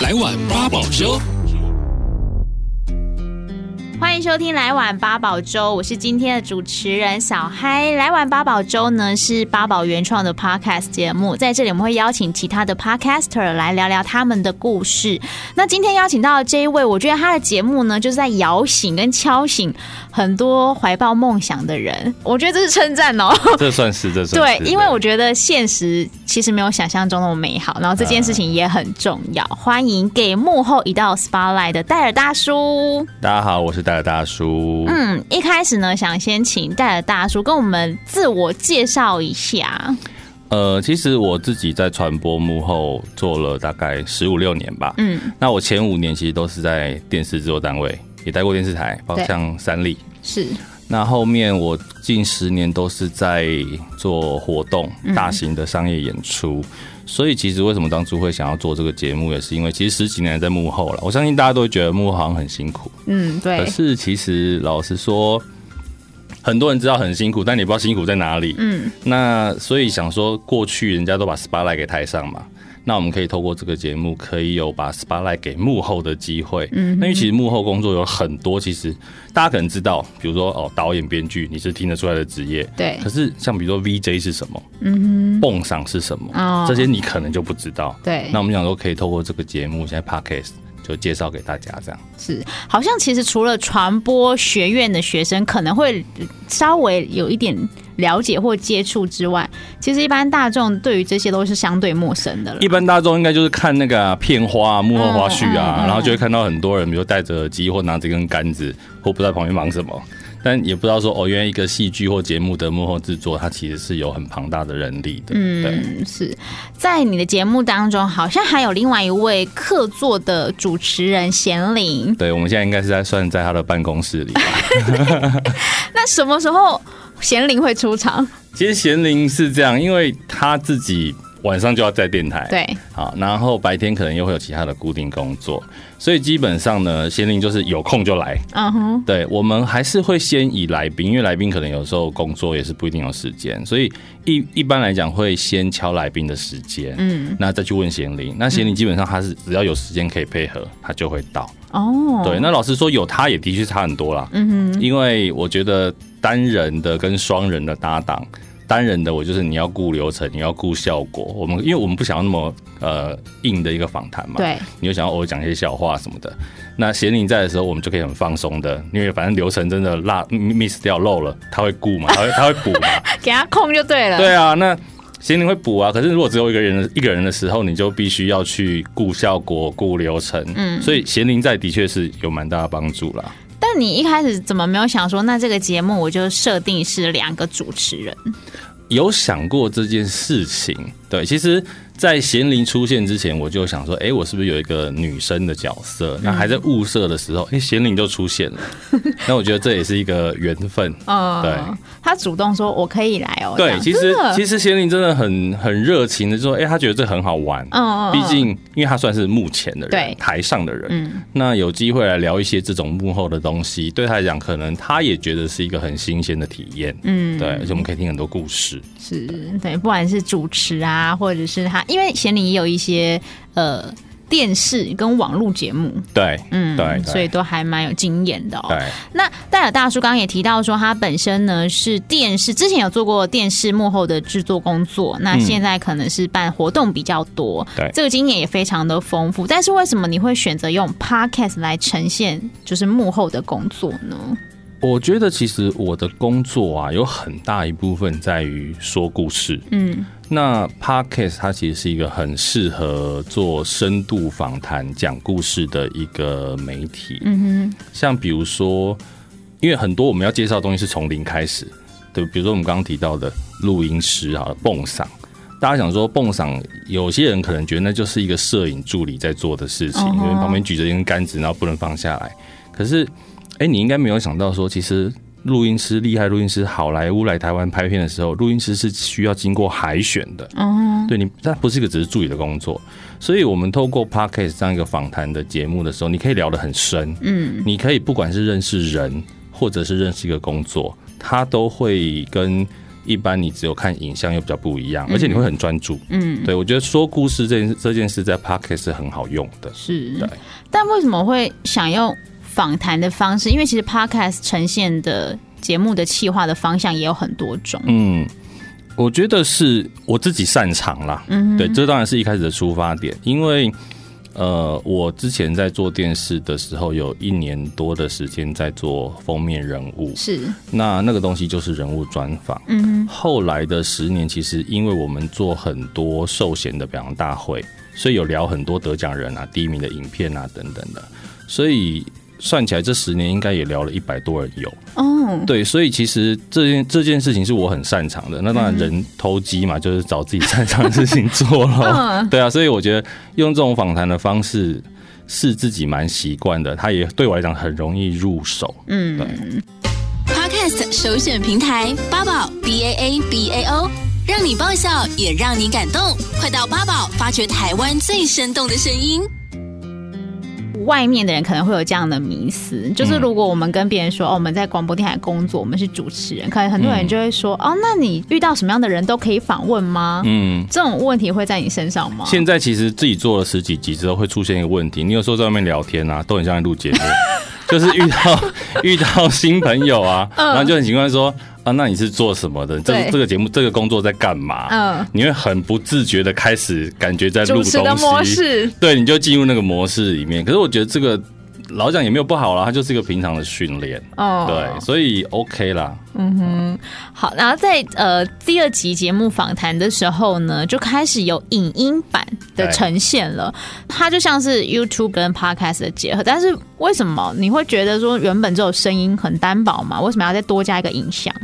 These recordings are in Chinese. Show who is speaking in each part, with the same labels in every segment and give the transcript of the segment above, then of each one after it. Speaker 1: 来碗八宝粥。
Speaker 2: 欢迎收听《来碗八宝粥》，我是今天的主持人小嗨。《来碗八宝粥》呢是八宝原创的 podcast 节目，在这里我们会邀请其他的 podcaster 来聊聊他们的故事。那今天邀请到的这一位，我觉得他的节目呢就是在摇醒跟敲醒很多怀抱梦想的人，我觉得这是称赞哦。
Speaker 3: 这算是这算
Speaker 2: 对
Speaker 3: 是，
Speaker 2: 因为我觉得现实其实没有想象中那么美好，然后这件事情也很重要。欢迎给幕后一道 spotlight 的戴尔大叔。
Speaker 3: 大家好，我是戴尔大叔。
Speaker 2: 嗯，一开始呢，想先请戴尔大叔跟我们自我介绍一下。
Speaker 3: 呃，其实我自己在传播幕后做了大概十五六年吧。
Speaker 2: 嗯，
Speaker 3: 那我前五年其实都是在电视制作单位，也待过电视台，包括
Speaker 2: 对
Speaker 3: 像三立。
Speaker 2: 是
Speaker 3: 那后面我近十年都是在做活动、
Speaker 2: 嗯
Speaker 3: 大型的商业演出，所以其实为什么当初会想要做这个节目，也是因为其实十几年在幕后了。我相信大家都会觉得幕后好像很辛苦，
Speaker 2: 嗯，
Speaker 3: 可
Speaker 2: 对，
Speaker 3: 是其实老实说，很多人知道很辛苦，但你不知道辛苦在哪里。
Speaker 2: 嗯，
Speaker 3: 那所以想说，过去人家都把 spotlight 给台上嘛，那我们可以透过这个节目，可以有把 spotlight 给幕后的机会。嗯，那因为其实幕后工作有很多，其实大家可能知道，比如说哦，导演、编剧，你是听得出来的职业。
Speaker 2: 对
Speaker 3: 可是像比如说 VJ 是什么，嗯，蹦赏是什么，
Speaker 2: 哦
Speaker 3: 这些你可能就不知道。
Speaker 2: 对
Speaker 3: 那我们想说，可以透过这个节目，现在 podcast 就介绍给大家这样。
Speaker 2: 是，好像其实除了传播学院的学生可能会稍微有一点了解或接触之外，其实一般大众对于这些都是相对陌生的了
Speaker 3: 一。般大众应该就是看那个啊片花、啊、幕后花絮啊，
Speaker 2: 嗯嗯嗯
Speaker 3: 然后就会看到很多人，比如戴着耳机或拿着一根杆子，或不知道旁边忙什么，但也不知道说哦，原来一个戏剧或节目的幕后制作，它其实是有很庞大的人力的。嗯，对。
Speaker 2: 嗯，是在你的节目当中，好像还有另外一位客座的主持人贤玲，
Speaker 3: 对，我们现在应该是在算在他的办公室里吧。
Speaker 2: 那什么时候贤玲会出场？
Speaker 3: 其实贤玲是这样，因为他自己晚上就要在电台，
Speaker 2: 对，
Speaker 3: 好，然后白天可能又会有其他的固定工作，所以基本上呢，贤玲就是有空就来，
Speaker 2: 嗯哼，
Speaker 3: 对，我们还是会先以来宾，因为来宾可能有时候工作也是不一定有时间，所以一一般来讲会先敲来宾的时间，
Speaker 2: 嗯，
Speaker 3: 那再去问贤玲。那贤玲基本上他是只要有时间可以配合，他就会到。
Speaker 2: 哦，
Speaker 3: 对，那老实说有他也的确差很多啦，嗯哼，因为我觉得单人的跟双人的搭档。单人的我就是你要顾流程，你要顾效果。我们因为我们不想要那么呃硬的一个访谈嘛，
Speaker 2: 对，
Speaker 3: 你又想要偶尔讲一些笑话什么的。那贤玲在的时候，我们就可以很放松的，因为反正流程真的落 miss 掉漏了，他会顾嘛，他会他会补嘛。
Speaker 2: 给他控就对了。
Speaker 3: 对啊，那贤玲会补啊。可是如果只有一个人的一个人的时候，你就必须要去顾效果、顾流程。嗯，所以贤玲在的确是有蛮大的帮助啦。
Speaker 2: 但你一开始怎么没有想说，那这个节目我就设定是两个主持人？
Speaker 3: 有想过这件事情，对，其实，在贤玲出现之前，我就想说，哎、我是不是有一个女生的角色？
Speaker 2: 嗯
Speaker 3: 那还在物色的时候，哎、贤玲就出现 了。那我觉得这也是一个缘分，
Speaker 2: 嗯，
Speaker 3: 对，
Speaker 2: 他主动说我可以来哦。这
Speaker 3: 对，
Speaker 2: 样
Speaker 3: 其实
Speaker 2: 真的
Speaker 3: 其实贤玲真的很很热情的说，哎、她觉得这很好玩。
Speaker 2: 嗯嗯，嗯
Speaker 3: 毕竟，因为她算是幕前的
Speaker 2: 对
Speaker 3: 人，台上的人，
Speaker 2: 嗯
Speaker 3: 那有机会来聊一些这种幕后的东西，对她来讲，可能她也觉得是一个很新鲜的体验。
Speaker 2: 嗯，
Speaker 3: 对，而且我们可以听很多故事。
Speaker 2: 是，对，不管是主持啊，或者是他，因为贤玲也有一些呃电视跟网络节目，
Speaker 3: 对，
Speaker 2: 嗯，
Speaker 3: 对对
Speaker 2: 所以都还蛮有经验的哦。
Speaker 3: 对。
Speaker 2: 那戴尔大叔刚刚也提到说，他本身呢是电视，之前有做过电视幕后的制作工作，那现在可能是办活动比较多，
Speaker 3: 嗯对
Speaker 2: 这个经验也非常的丰富。但是为什么你会选择用 podcast 来呈现就是幕后的工作呢？
Speaker 3: 我觉得其实我的工作啊，有很大一部分在于说故事。
Speaker 2: 嗯，
Speaker 3: 那 podcast 它其实是一个很适合做深度访谈、讲故事的一个媒体。嗯哼，像比如说，因为很多我们要介绍的东西是从零开始，对，比如说我们刚刚提到的录音师啊、蹦嗓。大家想说蹦嗓，有些人可能觉得那就是一个摄影助理在做的事情，
Speaker 2: 嗯
Speaker 3: 因
Speaker 2: 哼
Speaker 3: 为旁边举着一根杆子，然后不能放下来。可是，哎、你应该没有想到说，其实录音师厉害，录音师好莱坞来台湾拍片的时候，录音师是需要经过海选的。
Speaker 2: 哦，
Speaker 3: 对你，它不是一个只是助理的工作，所以我们透过 podcast 这样一个访谈的节目的时候，你可以聊得很深，
Speaker 2: 嗯，
Speaker 3: 你可以不管是认识人，或者是认识一个工作，它都会跟一般你只有看影像又比较不一样，
Speaker 2: 嗯
Speaker 3: 而且你会很专注。
Speaker 2: 嗯，
Speaker 3: 对我觉得说故事这件这件事在 podcast 是很好用的。
Speaker 2: 是
Speaker 3: 对。
Speaker 2: 但为什么会想用访谈的方式？因为其实 podcast 呈现的节目的企划的方向也有很多种。
Speaker 3: 嗯，我觉得是我自己擅长啦。嗯，对，这当然是一开始的出发点，因为呃，我之前在做电视的时候，有一年多的时间在做封面人物，
Speaker 2: 是，
Speaker 3: 那那个东西就是人物专访。
Speaker 2: 嗯
Speaker 3: 后来的十年，其实因为我们做很多寿险的表扬大会，所以有聊很多得奖人啊、第一名的影片啊等等的，所以算起来这十年应该也聊了一百多人有。
Speaker 2: 哼，哦，
Speaker 3: 对，所以其实这件这件事情是我很擅长的。那当然，人偷鸡嘛，就是找自己擅长的事情做咯。 对啊，所以我觉得用这种访谈的方式是自己蛮习惯的，它也对我来讲很容易入手。
Speaker 2: 嗯，
Speaker 1: Podcast 首选平台八宝 B A A B A O，让你爆笑也让你感动。快到八宝发掘台湾最生动的声音。
Speaker 2: 外面的人可能会有这样的迷思，就是
Speaker 3: 嗯
Speaker 2: 如果我们跟别人说、哦，我们在广播电台工作，我们是主持人，可能
Speaker 3: 嗯
Speaker 2: 很多人就会说、哦，那你遇到什么样的人都可以访问吗？
Speaker 3: 嗯，
Speaker 2: 这种问题会在你身上吗？
Speaker 3: 现在其实自己做了十几集之后，会出现一个问题，你有时候在外面聊天啊，都很像在录节目， 就是遇到 遇到新朋友啊，然后就很习惯说啊，那你是做什么的？
Speaker 2: 嗯
Speaker 3: 这
Speaker 2: 对
Speaker 3: 这个节目这个工作在干嘛？
Speaker 2: 嗯，
Speaker 3: 你会很不自觉的开始感觉在录
Speaker 2: 主持的模
Speaker 3: 东西，
Speaker 2: 式，
Speaker 3: 对，你就进入那个模式里面。可是我觉得这个老讲也没有不好啦，它就是一个平常的训练，
Speaker 2: 哦，
Speaker 3: 对，所以 OK 啦。
Speaker 2: 好，然后在呃第二集节目访谈的时候呢，就开始有影音版的呈现了。它就像是 YouTube 跟 Podcast 的结合，但是为什么你会觉得说原本只有声音很单薄嘛？为什么要再多加一个影像？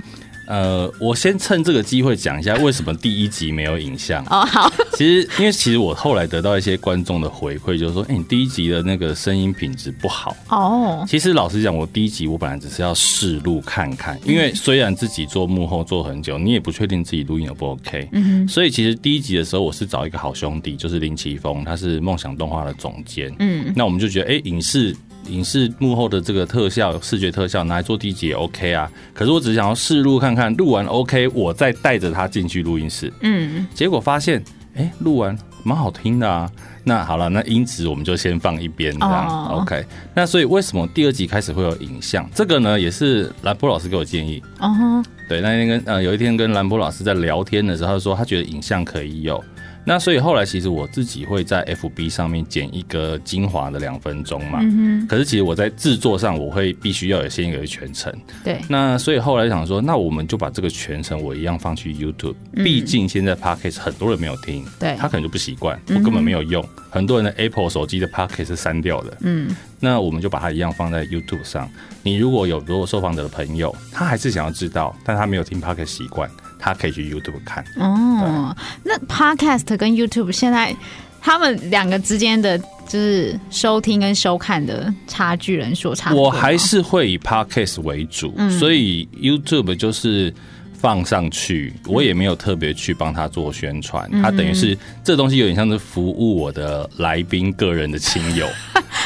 Speaker 3: 呃，我先趁这个机会讲一下为什么第一集没有影像。
Speaker 2: 哦，好，
Speaker 3: 其实，因为其实我后来得到一些观众的回馈，就是说，哎、你第一集的那个声音品质不好。
Speaker 2: 哦，
Speaker 3: 其实老实讲，我第一集我本来只是要试录看看，因为虽然自己做幕后做很久，你也不确定自己录音有不 OK，、嗯、所以其实第一集的时候，我是找一个好兄弟，就是林奇峰，他是梦想动画的总监，嗯，那我们就觉得，哎、影视。影视幕后的这个特效、视觉特效拿来做第一集也 OK 啊，可是我只是想要试录看看，录完 OK，我再带着他进去录音室。
Speaker 2: 嗯，
Speaker 3: 结果发现，哎、录完蛮好听的啊。那好了，那音质我们就先放一边这样、
Speaker 2: 哦
Speaker 3: OK，那所以为什么第二集开始会有影像？这个呢，也是兰波老师给我建议。
Speaker 2: 哦，
Speaker 3: 对，那天跟呃有一天跟兰波老师在聊天的时候，他说他觉得影像可以有。那所以后来其实我自己会在 FB 上面剪一个精华的两分钟嘛。可是其实我在制作上，我会必须要有先有一全程。
Speaker 2: 对，
Speaker 3: 那所以后来想说，那我们就把这个全程我一样放去 YouTube，毕竟现在 Podcast 很多人没有听，
Speaker 2: 嗯对
Speaker 3: 他可能就不习惯，我根本没有用。很多人的 Apple 手机的 Podcast 是删掉的，
Speaker 2: 嗯，
Speaker 3: 那我们就把它一样放在 YouTube 上。你如果有如果受访者的朋友，他还是想要知道，但他没有听 Podcast 习惯，他可以去 YouTube 看。
Speaker 2: 哦，那 Podcast 跟 YouTube 现在他们两个之间的就是收听跟收看的差距人数差不多
Speaker 3: 我
Speaker 2: 吗，嗯
Speaker 3: 还是会以 podcast 为主，所以 YouTube 就是放上去，我也没有特别去帮他做宣传，
Speaker 2: 嗯
Speaker 3: 它等于是这东西有点像是服务我的来宾个人的亲 友。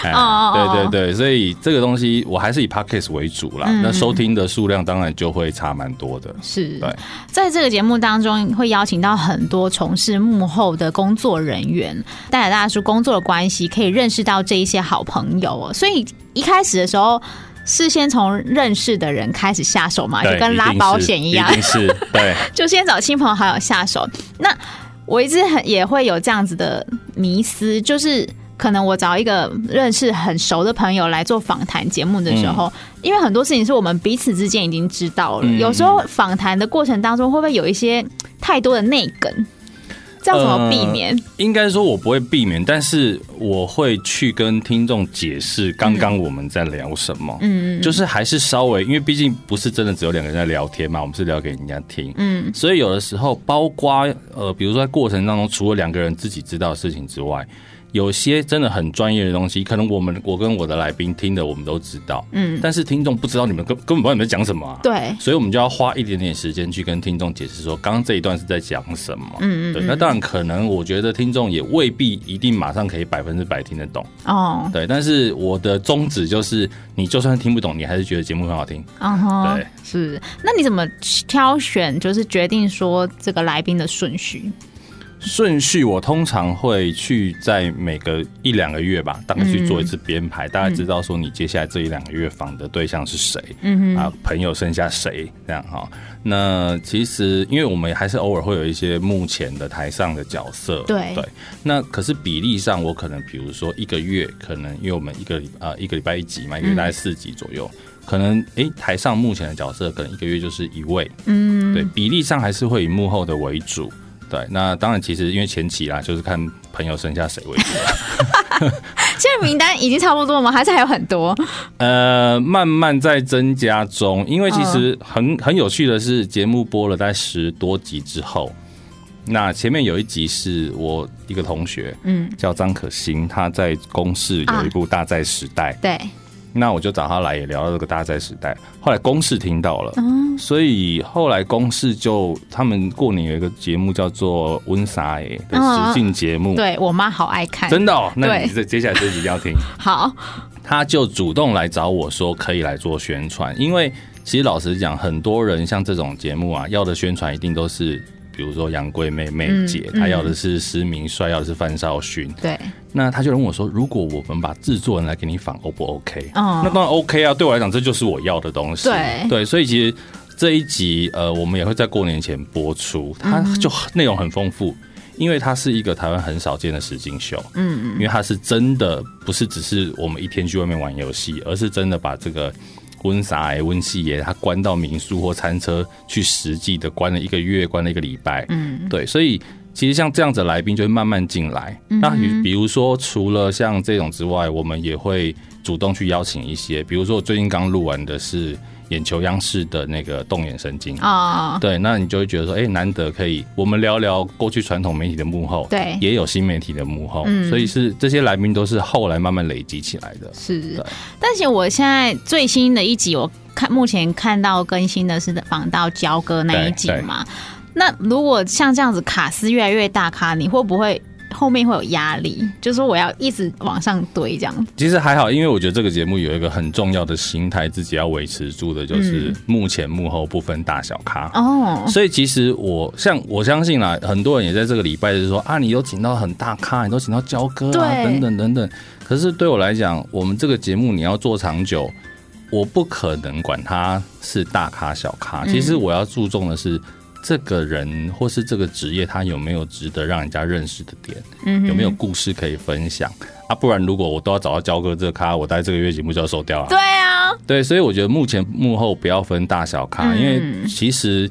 Speaker 3: 哎
Speaker 2: 哦哦哦嗯
Speaker 3: 对对对，所以这个东西我还是以 podcast 为主啦，那收听的数量当然就会差蛮多的。
Speaker 2: 是
Speaker 3: 对，
Speaker 2: 在这个节目当中会邀请到很多从事幕后的工作人员，带着大家说工作的关系，可以认识到这一些好朋友哦。所以一开始的时候。是先从认识的人开始下手啊嘛，就
Speaker 3: 对，
Speaker 2: 跟
Speaker 3: 一
Speaker 2: 拉
Speaker 3: 定是
Speaker 2: 保险一样
Speaker 3: 一，定是 对。
Speaker 2: 就先找亲朋好友下手。那我一直很也会有这样子的迷思，就是可能我找一个认识很熟的朋友来做访谈节目的时候，因为很多事情是我们彼此之间已经知道了，
Speaker 3: 嗯
Speaker 2: 有时候访谈的过程当中会不会有一些太多的内梗？这样怎么避免？
Speaker 3: 应该说，我不会避免，但是我会去跟听众解释刚刚我们在聊什么。嗯，就是还是稍微，因为毕竟不是真的只有两个人在聊天嘛，我们是聊给人家听。嗯，所以有的时候，包括呃，比如说在过程当中，除了两个人自己知道的事情之外，有些真的很专业的东西，可能我们我跟我的来宾听的我们都知道，
Speaker 2: 嗯，
Speaker 3: 但是听众不知道你们根根本不知道你们在讲什么、啊，
Speaker 2: 对，
Speaker 3: 所以我们就要花一点点时间去跟听众解释说，刚刚这一段是在讲什么。
Speaker 2: 嗯嗯
Speaker 3: 对，那当然可能，我觉得听众也未必一定马上可以百分之百听得懂。
Speaker 2: 哦，
Speaker 3: 对，但是我的宗旨就是，你就算听不懂，你还是觉得节目很好听。
Speaker 2: 嗯哼
Speaker 3: 对，
Speaker 2: 是。那你怎么挑选，就是决定说这个来宾的顺序？
Speaker 3: 顺序我通常会去在每个一两个月吧，大概去做一次编排，大概知道说你接下来这一两个月访的对象是谁，嗯啊，朋友剩下谁这样哈。那其实因为我们还是偶尔会有一些目前的台上的角色，
Speaker 2: 对
Speaker 3: 对。那可是比例上，我可能比如说一个月，可能因为我们一个礼啊、一个礼拜一集嘛，一个月大概四集左右。可能诶、台上目前的角色可能一个月就是一位，嗯，对，比例上还是会以幕后的为主，对，那当然，其实因为前期啦，就是看朋友剩下谁为主。
Speaker 2: 现在名单已经差不多吗？还是还有很 多？
Speaker 3: 呃，慢慢在增加中，因为其实很很有趣的是，节目播了大概十多集之后，那前面有一集是我一个同学，
Speaker 2: 嗯，
Speaker 3: 叫张可欣，他在公视有一部《大债时代》
Speaker 2: 对，
Speaker 3: 那我就找他来也聊到这个大债时代。后来公视听到了，所以后来公视就他们过年有一个节目叫做《温莎耶》的实境节目，
Speaker 2: 对我妈好爱看，
Speaker 3: 真的、哦，那你
Speaker 2: 对
Speaker 3: 这接下来这集一定 要听。
Speaker 2: 好，
Speaker 3: 他就主动来找我说可以来做宣传，因为其实老实讲，很多人像这种节目啊，要的宣传一定都是。比如说杨贵妹妹姐，
Speaker 2: 嗯
Speaker 3: 她要的是施明帅，要的是范少勋。
Speaker 2: 对，
Speaker 3: 那他就问我说：“如果我们把制作人来给你仿，O 不 OK？”
Speaker 2: 嗯
Speaker 3: 那当然 OK 啊，对我来讲，这就是我要的东西。
Speaker 2: 对
Speaker 3: 所以其实这一集呃，我们也会在过年前播出，
Speaker 2: 嗯
Speaker 3: 它就很内容很丰富，因为它是一个台湾很少见的实境秀。嗯嗯，因为它是真的不是只是我们一天去外面玩游戏，而是真的把这个。温莎哎，温系耶，他关到民宿或餐车去实际的关了一个月，关了一个礼拜。
Speaker 2: 嗯，
Speaker 3: 对，所以其实像这样子的来宾就会慢慢进来。
Speaker 2: 嗯
Speaker 3: 那比比如说，除了像这种之外，我们也会主动去邀请一些，比如说我最近刚录完的是眼球央视的那个动眼神经。
Speaker 2: 哦，
Speaker 3: 对，那你就会觉得说，哎、难得可以，我们聊聊过去传统媒体的幕后，
Speaker 2: 对
Speaker 3: 也有新媒体的幕后，
Speaker 2: 嗯
Speaker 3: 所以是这些来宾都是后来慢慢累积起来的。
Speaker 2: 是
Speaker 3: 对。
Speaker 2: 但是我现在最新的一集，我看目前看到更新的是访到焦哥那一集
Speaker 3: 对对
Speaker 2: 嘛。那如果像这样子卡司越来越大咖，你会不会后面会有压力？就是说我要一直往上堆这样子。
Speaker 3: 其实还好，因为我觉得这个节目有一个很重要的心态，自己要维持住的，
Speaker 2: 嗯
Speaker 3: 就是幕前幕后不分大小咖。
Speaker 2: 哦，
Speaker 3: 所以其实我像我相信啦，很多人也在这个礼拜就是说啊，你都请到很大咖，你都请到焦哥啊，
Speaker 2: 对
Speaker 3: 等等等等。可是对我来讲，我们这个节目你要做长久，我不可能管他是大咖小咖。
Speaker 2: 嗯
Speaker 3: 其实我要注重的是这个人或是这个职业，他有没有值得让人家认识的点，
Speaker 2: 嗯哼
Speaker 3: 有没有故事可以分享啊？不然如果我都要找到焦哥这个咖，我待这个月节目就要收掉了。
Speaker 2: 对啊，
Speaker 3: 对，所以我觉得目前幕后不要分大小咖，
Speaker 2: 嗯
Speaker 3: 因为其实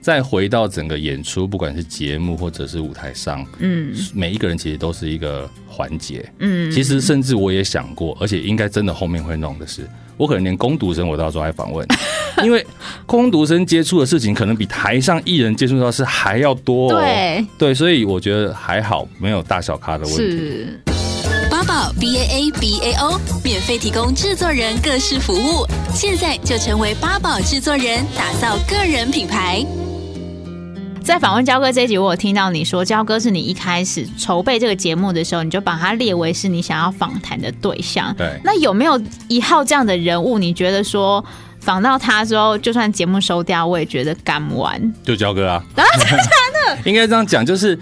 Speaker 3: 再回到整个演出，不管是节目或者是舞台上，
Speaker 2: 嗯
Speaker 3: 每一个人其实都是一个环节。
Speaker 2: 嗯，
Speaker 3: 其实甚至我也想过，而且应该真的后面会弄的是，我可能连攻读生我都要抓来访问，因为攻读生接触的事情可能比台上艺人接触到的事还要多、哦。
Speaker 2: 对
Speaker 3: 对，所以我觉得还好，没有大小咖的问题。
Speaker 2: 是。
Speaker 1: 八宝 B A A B A O 免费提供制作人各式服务，现在就成为八宝制作人，打造个人品牌。
Speaker 2: 在访问焦哥这一集，我有听到你说，焦哥是你一开始筹备这个节目的时候，你就把他列为是你想要访谈的对象。
Speaker 3: 对
Speaker 2: 那有没有一号这样的人物？你觉得说访到他之后，就算节目收掉，我也觉得敢玩。
Speaker 3: 就焦哥啊， 应该这样讲，就是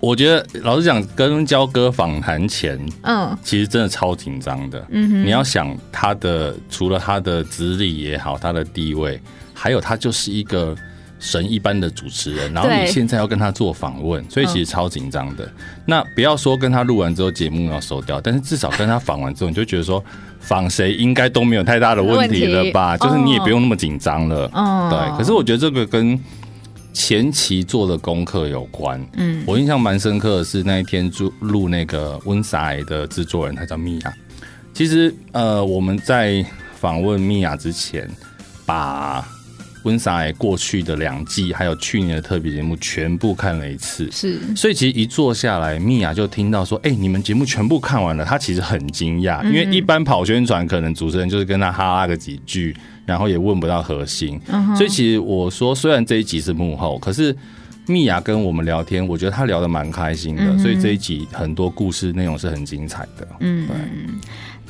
Speaker 3: 我觉得老实讲，跟焦哥访谈前，
Speaker 2: 嗯
Speaker 3: 其实真的超紧张的。
Speaker 2: 嗯哼，
Speaker 3: 你要想他的，除了他的资历也好，他的地位，还有他就是一个神一般的主持人，然后
Speaker 2: 对嗯
Speaker 3: 你现在要跟他做访问，所以其实超紧张的。那不要说跟他录完之后节目要收掉，但是至少跟他访完之后，你就觉得说访谁应该都没有太大的问题了吧？
Speaker 2: 问题
Speaker 3: 就是你也
Speaker 2: 哦
Speaker 3: 不用那么紧张了。
Speaker 2: 嗯
Speaker 3: 对，可是我觉得这个跟前期做的功课有关。
Speaker 2: 嗯
Speaker 3: 我印象蛮深刻的是那一天录录那个温莎癌的制作人，他叫米娅。其实呃，我们在访问米娅之前，把温莎也过去的两季，还有去年的特别节目全部看了一次。
Speaker 2: 是
Speaker 3: 所以其实一坐下来，蜜雅就听到说：“哎、你们节目全部看完了。”她其实很惊讶，因为一般跑宣传，可能主持人就是跟她哈拉个几句，然后也问不到核心。所以其实我说，虽然这一集是幕后，可是蜜雅跟我们聊天，我觉得她聊得蛮开心的，所以这一集很多故事内容是很精彩的。嗯，对。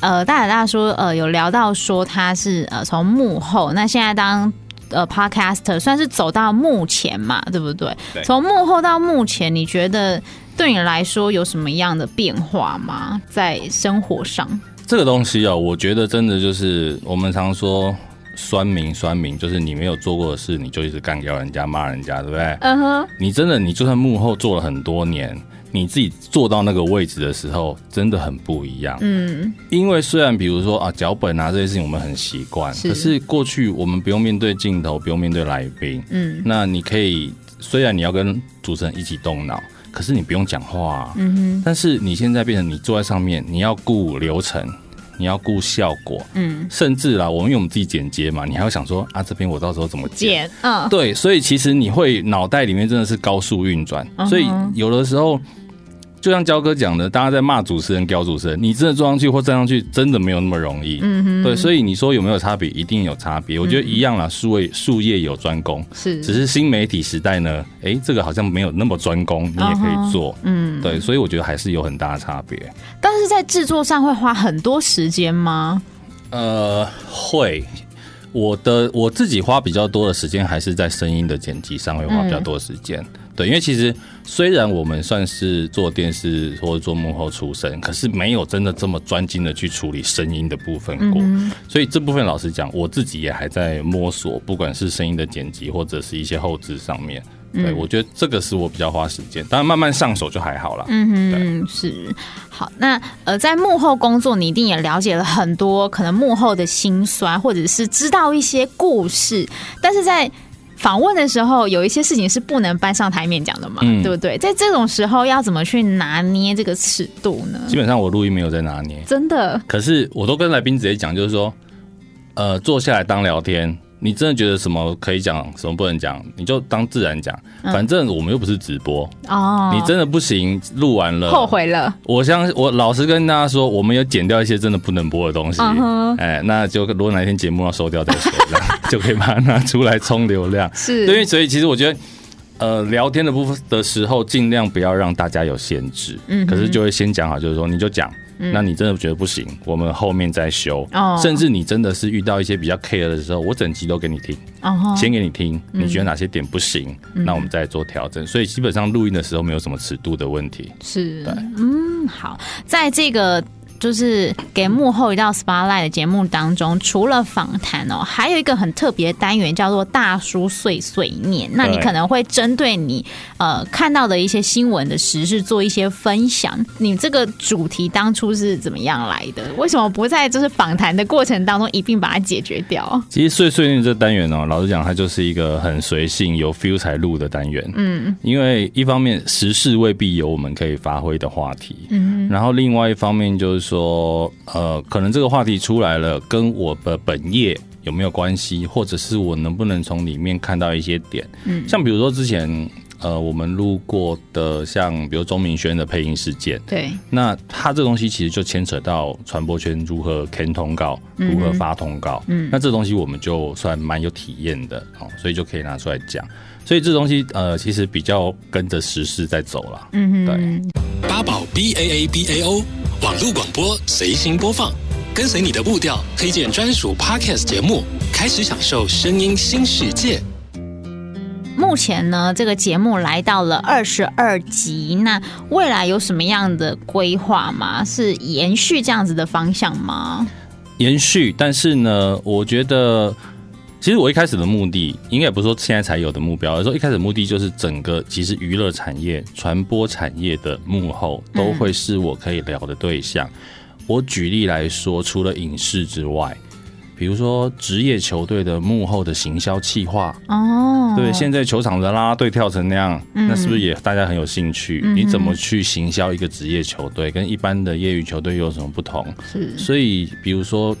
Speaker 2: 呃，大胆大叔呃有聊到说他是呃从幕后，那现在当呃 podcaster 算是走到幕前嘛，对不对？
Speaker 3: 对
Speaker 2: 从幕后到幕前，你觉得对你来说有什么样的变化吗？在生活上，
Speaker 3: 这个东西哦，我觉得真的就是我们常说酸民，酸民就是你没有做过的事，你就一直干掉人家、骂人家，对不对？
Speaker 2: 嗯哼，
Speaker 3: 你真的，你就算幕后做了很多年，你自己坐到那个位置的时候，真的很不一样。
Speaker 2: 嗯，
Speaker 3: 因为虽然比如说啊，脚本啊这些事情我们很习惯，
Speaker 2: 是
Speaker 3: 可是过去我们不用面对镜头，不用面对来宾，
Speaker 2: 嗯，
Speaker 3: 那你可以虽然你要跟主持人一起动脑，可是你不用讲话、啊，嗯哼，但是你现在变成你坐在上面，你要顾流程。你要顾效果，嗯，甚至啦，我们因为我们自己剪接嘛，你还要想说啊，这边我到时候怎么剪，
Speaker 2: 姐，嗯，
Speaker 3: 对，所以其实你会脑袋里面真的是高速运转，所以有的时候。就像焦哥讲的，大家在骂主持人、屌主持人，你真的坐上去或站上去，真的没有那么容易。嗯哼，嗯对，所以你说有没有差别？一定有差别。我觉得一样啦，术业术业有专攻，
Speaker 2: 是
Speaker 3: 只是新媒体时代呢，诶，这个好像没有那么专攻，你也可以做。嗯，对，所以我觉得还是有很大的差别。
Speaker 2: 但是在制作上会花很多时间吗？
Speaker 3: 呃，会。我的我自己花比较多的时间还是在声音的剪辑上会花比较多的时间，对，因为其实虽然我们算是做电视或者做幕后出身，可是没有真的这么专精的去处理声音的部分过，所以这部分老实讲，我自己也还在摸索，不管是声音的剪辑或者是一些后置上面，对、我觉得这个是我比较花时间，当然慢慢上手就还好啦。
Speaker 2: 嗯哼，是好。那呃，在幕后工作，你一定也了解了很多可能幕后的辛酸，或者是知道一些故事，但是在。访问的时候，有一些事情是不能搬上台面讲的嘛，
Speaker 3: 嗯
Speaker 2: 对不对？在这种时候，要怎么去拿捏这个尺度呢？
Speaker 3: 基本上我录音没有在拿捏，
Speaker 2: 真的，
Speaker 3: 可是我都跟来宾直接讲，就是说，呃，坐下来当聊天，你真的觉得什么可以讲，什么不能讲，你就当自然讲。反正我们又不是直播，
Speaker 2: 嗯哦，
Speaker 3: 你真的不行，录完了
Speaker 2: 后。悔了，
Speaker 3: 我相我老实跟大家说，我们有剪掉一些真的不能播的东西，哎、
Speaker 2: 嗯哼
Speaker 3: 那就如果哪一天节目要收掉再说，这样就可以把它拿出来充流量。
Speaker 2: 是，
Speaker 3: 对，所以其实我觉得，呃，聊天的部分的时候，尽量不要让大家有限制。嗯，可是就会先讲好，就是说你就讲。那你真的觉得不行，我们后面再修。
Speaker 2: 嗯哦
Speaker 3: 甚至你真的是遇到一些比较 care 的时候，我整集都给你听，
Speaker 2: 嗯哼
Speaker 3: 先给你听，你觉得哪些点不行，那我们再做调整。所以基本上录音的时候没有什么尺度的问题。
Speaker 2: 是
Speaker 3: 对，
Speaker 2: 嗯，好，在这个就是给幕后一道 spotlight 的节目当中，除了访谈哦，还有一个很特别的单元叫做“大叔碎碎念”。那你
Speaker 3: 对
Speaker 2: 可能会针对你呃看到的一些新闻的时事做一些分享。你这个主题当初是怎么样来的？为什么不在就是访谈的过程当中一并把它解决掉？
Speaker 3: 其实碎碎念这单元哦，老实讲，它就是一个很随性、有 feel 才录的单元。嗯，因为一方面时事未必有我们可以发挥的话题，嗯，然后另外一方面就是说，呃，可能这个话题出来了，跟我的本业有没有关系，或者是我能不能从里面看到一些点？嗯，像比如说之前。呃，我们录过的像比如钟明轩的配音事件，
Speaker 2: 对，
Speaker 3: 那它这东西其实就牵扯到传播圈如何 can 通告，如何发通告。嗯，那这东西我们就算蛮有体验的哦，所以就可以拿出来讲。所以这东西呃，其实比较跟着时事在走啦。嗯对，
Speaker 4: 八宝 B A A B A O 网络广播随心播放，跟随你的步调，推荐专属 Podcast 节目，开始享受声音新世界。
Speaker 2: 目前呢，这个节目来到了二十二集，那未来有什么样的规划吗？是延续这样子的方向吗？
Speaker 3: 延续。但是呢，我觉得其实我一开始的目的，应该也不是说现在才有的目标，而是说一开始的目的就是整个其实娱乐产业、传播产业的幕后都会是我可以聊的对象。我举例来说，除了影视之外，比如说职业球队的幕后的行销企划，
Speaker 2: 哦，
Speaker 3: 对，现在球场的啦啦队跳成那样，那是不是也大家很有兴趣？你怎么去行销一个职业球队，跟一般的业余球队又有什么不同？
Speaker 2: 是
Speaker 3: 所以，比如说，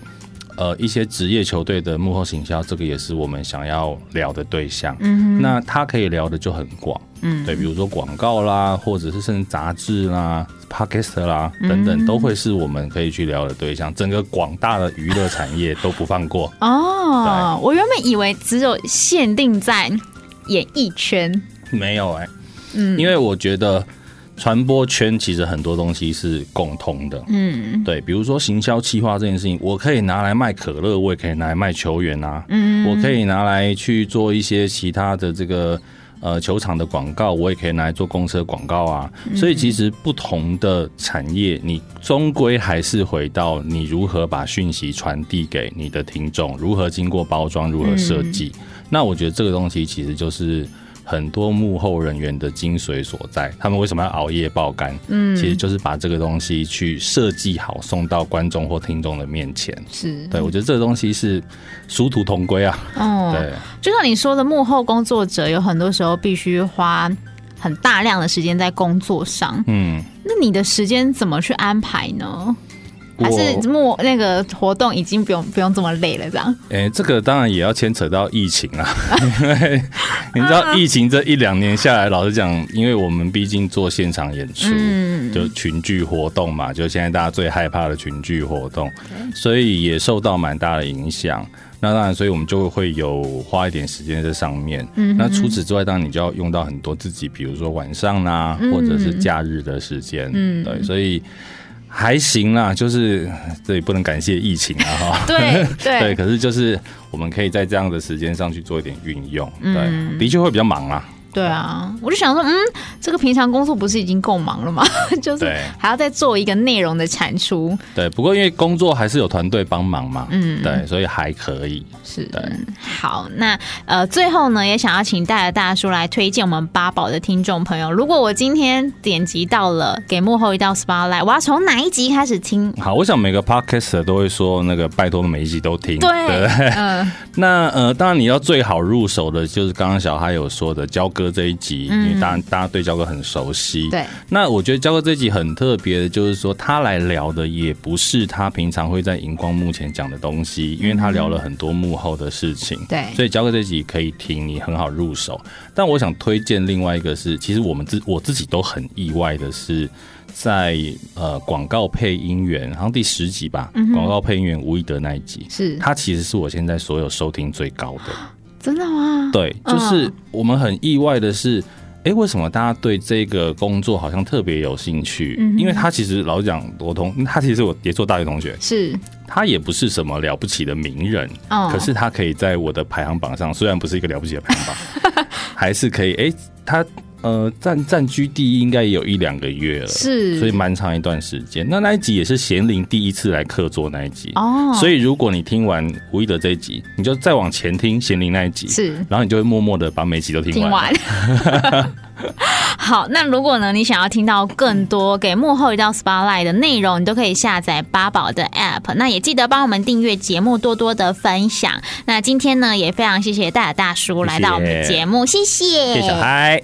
Speaker 3: 呃一些职业球队的幕后行销，这个也是我们想要聊的对象。嗯，那他可以聊的就很广，嗯，对，比如说广告啦，或者是甚至杂志啦、podcast 啦等等，都会是我们可以去聊的对象。整个广大的娱乐产业都不放过。
Speaker 2: 哦，我原本以为只有限定在演艺圈，
Speaker 3: 没有哎、嗯，因为我觉得传播圈其实很多东西是共通的，嗯，对，比如说行销企划这件事情，我可以拿来卖可乐，我也可以拿来卖球员啊，嗯，我可以拿来去做一些其他的这个呃球场的广告，我也可以拿来做公车广告啊，所以其实不同的产业，你终归还是回到你如何把讯息传递给你的听众，如何经过包装，如何设计，那我觉得这个东西其实就是。很多幕后人员的精髓所在，他们为什么要熬夜爆肝？嗯，其实就是把这个东西去设计好，送到观众或听众的面前。
Speaker 2: 是
Speaker 3: 对我觉得这个东西是殊途同归啊。
Speaker 2: 哦，
Speaker 3: 对，
Speaker 2: 就像你说的，幕后工作者有很多时候必须花很大量的时间在工作上。
Speaker 3: 嗯，
Speaker 2: 那你的时间怎么去安排呢？还
Speaker 3: 我
Speaker 2: 是幕那个活动已经不用不用这么累了，这样？
Speaker 3: 诶、这个当然也要牵扯到疫情啊，因为 你知道疫情这一两年下来，老实讲，因为我们毕竟做现场演出，就群聚活动嘛，就现在大家最害怕的群聚活动，所以也受到蛮大的影响。那当然，所以我们就会有花一点时间在上面。那除此之外，当然你就要用到很多自己，比如说晚上啦、或者是假日的时间。嗯，对，所以还行啦，就是这也不能感谢疫情啊哈。
Speaker 2: 对
Speaker 3: 对，
Speaker 2: 对，
Speaker 3: 可是就是我们可以在这样的时间上去做一点运用，对，的确会比较忙啦。
Speaker 2: 对啊！我就想说，嗯，这个平常工作不是已经够忙了吗？ 就是
Speaker 3: 对
Speaker 2: 还要再做一个内容的产出，
Speaker 3: 对，不过因为工作还是有团队帮忙嘛，嗯，对，所以还可以。
Speaker 2: 是嗯
Speaker 3: 对
Speaker 2: 好，那呃，最后呢，也想要请戴尔大叔来推荐我们八宝的听众朋友。如果我今天点击到了给幕后一道 spotlight，我要从哪一集开始听？
Speaker 3: 好，我想每个 podcaster 都会说那个拜托每一集都听，
Speaker 2: 对，
Speaker 3: 不对
Speaker 2: 嗯，
Speaker 3: 那呃，当然你要最好入手的就是刚刚小哈有说的焦哥这一集，因为当然大家对焦哥很熟悉，
Speaker 2: 对，
Speaker 3: 那我觉得焦哥这一集很特别的，就是说他来聊的也不是他平常会在荧光幕前讲的东西，因为他聊了很多幕后的事情。
Speaker 2: 对
Speaker 3: 所以焦哥这一集可以听，你很好入手。但我想推荐另外一个是，其实我们自我自己都很意外的是。在呃广告配音员，好像第十集吧，广告配音员吴一德那一集，
Speaker 2: 是
Speaker 3: 他其实是我现在所有收听最高的。
Speaker 2: 真的吗？
Speaker 3: 对，就是我们很意外的是，哎、为什么大家对这个工作好像特别有兴趣？因为他其实老实讲，我同他其实是我也做大学同学，
Speaker 2: 是，
Speaker 3: 他也不是什么了不起的名人，
Speaker 2: 哦
Speaker 3: 可是他可以在我的排行榜上，虽然不是一个了不起的排行榜， 还是可以，哎、他呃占占居第一，应该也有一两个月了。
Speaker 2: 是，
Speaker 3: 所以蛮长一段时间。那那一集也是贤玲第一次来客座那一集
Speaker 2: 哦
Speaker 3: 所以如果你听完吴一德这一集，你就再往前听贤玲那一集，
Speaker 2: 是
Speaker 3: 然后你就会默默的把每集都听
Speaker 2: 听
Speaker 3: 完。
Speaker 2: 完。 好，那如果呢，你想要听到更多给幕后一道 spotlight 的内容，你都可以下载八宝的 app。那也记得帮我们订阅节目，多多的分享。那今天呢，也非常谢谢戴尔大叔来到我们的节目，谢谢，
Speaker 3: 谢谢小嗨。